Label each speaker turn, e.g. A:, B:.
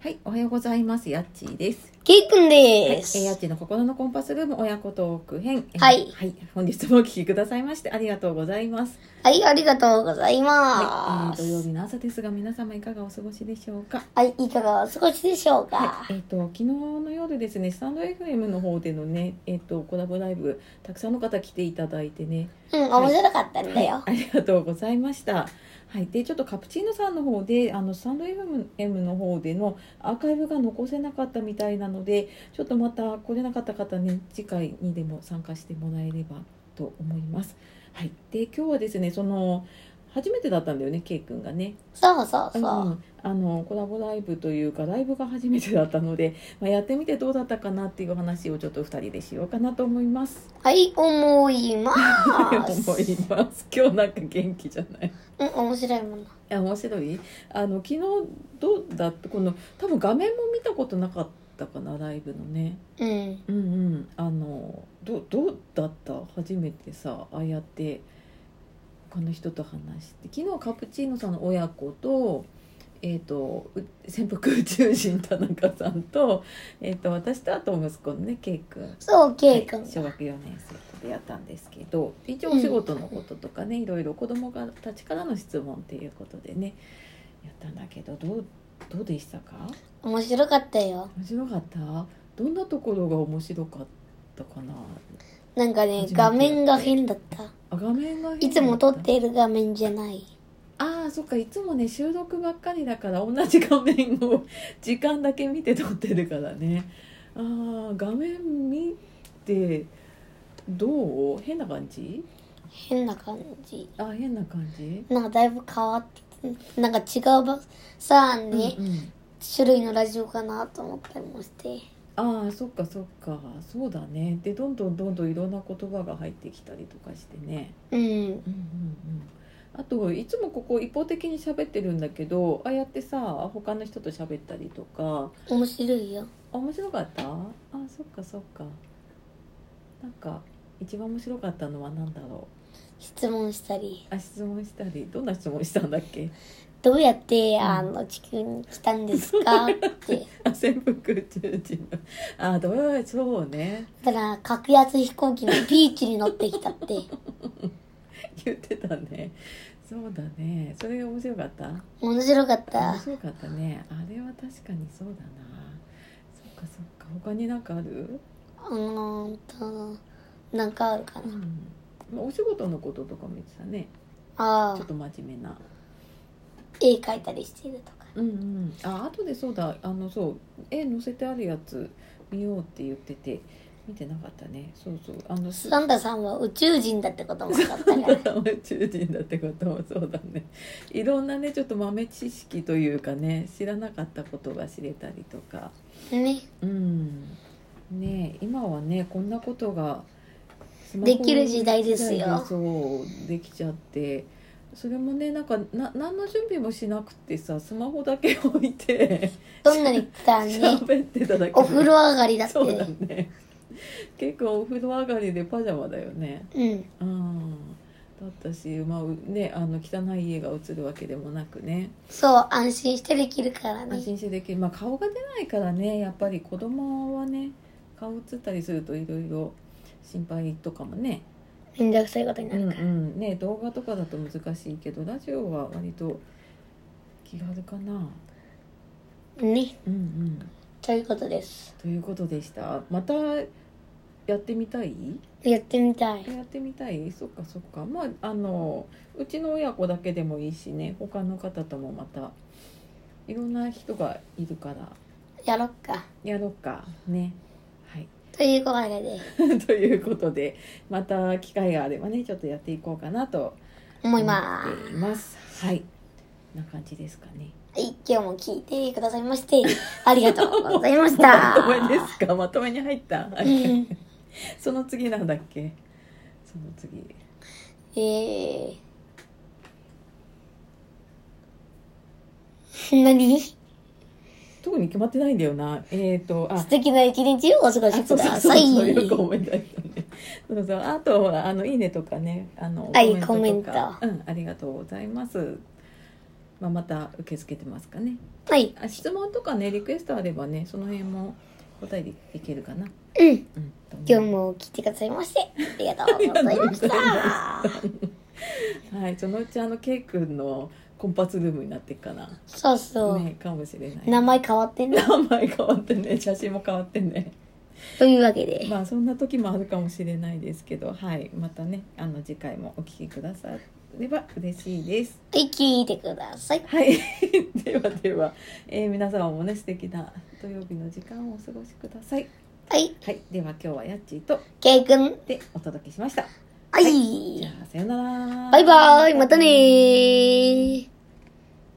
A: はい、おはようございます。やっちーです。
B: ケイくん
A: はい、え
B: です。
A: ーやっちーの心のコンパスルーム親子トーク編。えー
B: はい
A: はい、本日もお聞きくださいましてありがとうございます。
B: はい、ありがとうござい
A: は
B: ま
A: い、
B: す。
A: えー、土曜日の朝ですが、皆様いかがお過ごしでしょうか。
B: はい、いかがお過ごしでしょうか。
A: はい、えっ、と昨日の夜ですね、スタンド FM の方でのね、えっ、とコラボライブたくさんの方来ていただいてね、
B: うん、面白かったんだよ。
A: はい、ありがとうございました。はい、でちょっとカプチーノさんの方であのスタンド FM の方でのアーカイブが残せなかったみたいなのでちょっとまた来れなかった方ね次回にでも参加してもらえればと思います。はい、で今日はですねその初めてだったんだよね、ケイ君がね。
B: そうそうそう。
A: うんあのコラボライブというかライブが初めてだったので、まあ、やってみてどうだったかなっていう話をちょっと2人でしようかなと思います。
B: はい、思います。
A: 思います。今日なんか元気じゃない
B: うん、面白いもの。
A: いや面白いあの昨日どうだってこの多分画面も見たことなかったかなライブのね
B: うん。
A: うんうんあのどうどうだった初めてさああやって他の人と話して昨日カプチーノさんの親子と,、えー、とう潜伏宇宙人田中さんと,、えー、と私とあと息子のねケイ君
B: そう、ケイくん。
A: はい小学4年生と出会ったんですけど一応お仕事のこととかね、いろいろ子供がたちからの質問っていうことでねやったんだけどどうどうでしたか
B: 面白かったよ。
A: 面白かったどんなところが面白かったかな
B: なんかね
A: 初め、て
B: 画面が変だった。
A: あ画面が変だ
B: いつも撮っている画面じゃない。
A: ああそっかいつもね収録ばっかりだから同じ画面を 時間だけ見て撮ってるからねあー画面見てどう変な感じ
B: 変な感じ。
A: あ変な感じ
B: なんかだいぶ変わって、なんか違うば、さあね、
A: うんうん
B: 種類のラジオかなと思ったりもして。
A: ああそっかそっかそうだねでどんどんどんどんいろんな言葉が入ってきたりとかしてね
B: うん。
A: うんうんうんあといつもここ一方的に喋ってるんだけどああやってさ他の人と喋ったりとか
B: 面白いよ。
A: あ面白かったあそっかそっかなんか一番面白かったのは何だろ
B: 質問したり
A: うあ質問したりどんな質問したんだっけ
B: どうやって、
A: ん
B: あの地球に来たんですかって
A: あ潜伏宇宙人のあどうそうね
B: だから格安飛行機のピーチに乗ってき たって
A: 言ってたねそうだねそれが面白かった
B: 面白かっ
A: 面
B: た
A: 白かったねあれは確かにそうだなそっかそっか他になんかある、
B: あのーとなんかあるかな
A: うん、お仕事のこととかも言ってたね
B: あ
A: ちょっ
B: あ
A: と真面目な
B: 絵描いたりしてるとか
A: うんうんああとでそうだあのそう絵載せてあるやつ見ようって言ってて見てなかったねそうそうあのす
B: サンタさんは宇宙人だってことも分かったから
A: 宇宙人だってこともそうだねいろんなねちょっと豆知識というかね知らなかったことが知れたりとか
B: ね
A: うんねえ今はねこんなことがスマホ
B: できる時代です
A: 時
B: よ
A: 代でそうできちゃってそれもねなんかな何の準備もしなくてさスマホだけ置いて
B: どんなに来たね
A: 喋ってただけで
B: お風呂上がりだって
A: そうだね結構お風呂上がりでパジャマだよね
B: うん
A: うんだったし、まあうね、あの汚い家が映るわけでもなくね
B: そう安心してできるから
A: 安
B: ね
A: 心してできる、まあ、顔が出ないからねやっぱり子供はね顔映ったりするといろいろ心配とかもね,、
B: めんどくさいことに
A: う
B: なんる
A: う
B: から、
A: ん、ね動画とかだと難しいけどラジオは割と気軽かな。
B: ね
A: うんうん、
B: ということです
A: ということでしたまたやってみたい
B: やってみたい
A: やってみたいそっかそっかまああのうちの親子だけでもいいしね他の方ともまたいろんな人がいるから
B: やろっか
A: やろうかねはい
B: ということで
A: ということでまた機会があればねちょっとやっていこうかなと
B: 思いま
A: 思っています。はい、こんな感じですかね。
B: す。はい、今日も聞いてくださいまして、ありがとうござい ました。
A: まとめですかまとめに入った、は
B: う
A: い
B: ん
A: その次なんだっけその次
B: えー、何素
A: 特に決まってないんだよなえっ、とあ
B: 敵な一日をお過ご
A: あ
B: し
A: そ
B: く
A: うそ
B: だ
A: う
B: さ
A: そう
B: い。
A: そうよく思い出したねそうそうあとほらあのいいねとかねあの
B: はい
A: コメントとか
B: コメン
A: うんありがとうございますまあ、また受け付けてますかね
B: はい。
A: あ質問とかねリクエストあればねその辺も答えていけるかな、
B: うん。
A: うん、と思います
B: 今日も聞いてくださいまして、ありがとうございました。
A: はい、そのうちあのケイ君のコンパツルームになっていくかな、
B: そうそう。
A: ね、かもしれない
B: 名前変わってんね。
A: 名前変わって ね写真も変わってね
B: というわけで。
A: まあそんな時もあるかもしれないですけどはいまたねあの次回もお聞きくだされば嬉しいです
B: はい、聞いてください。
A: はい ではでは、えー皆様もね素敵な土曜日の時間をお過ごしください
B: はい、
A: はいでは今日はやっちーと
B: ケイくん。
A: でお届けしました
B: はい。
A: じゃあさようなら
B: バイバイ、またねー。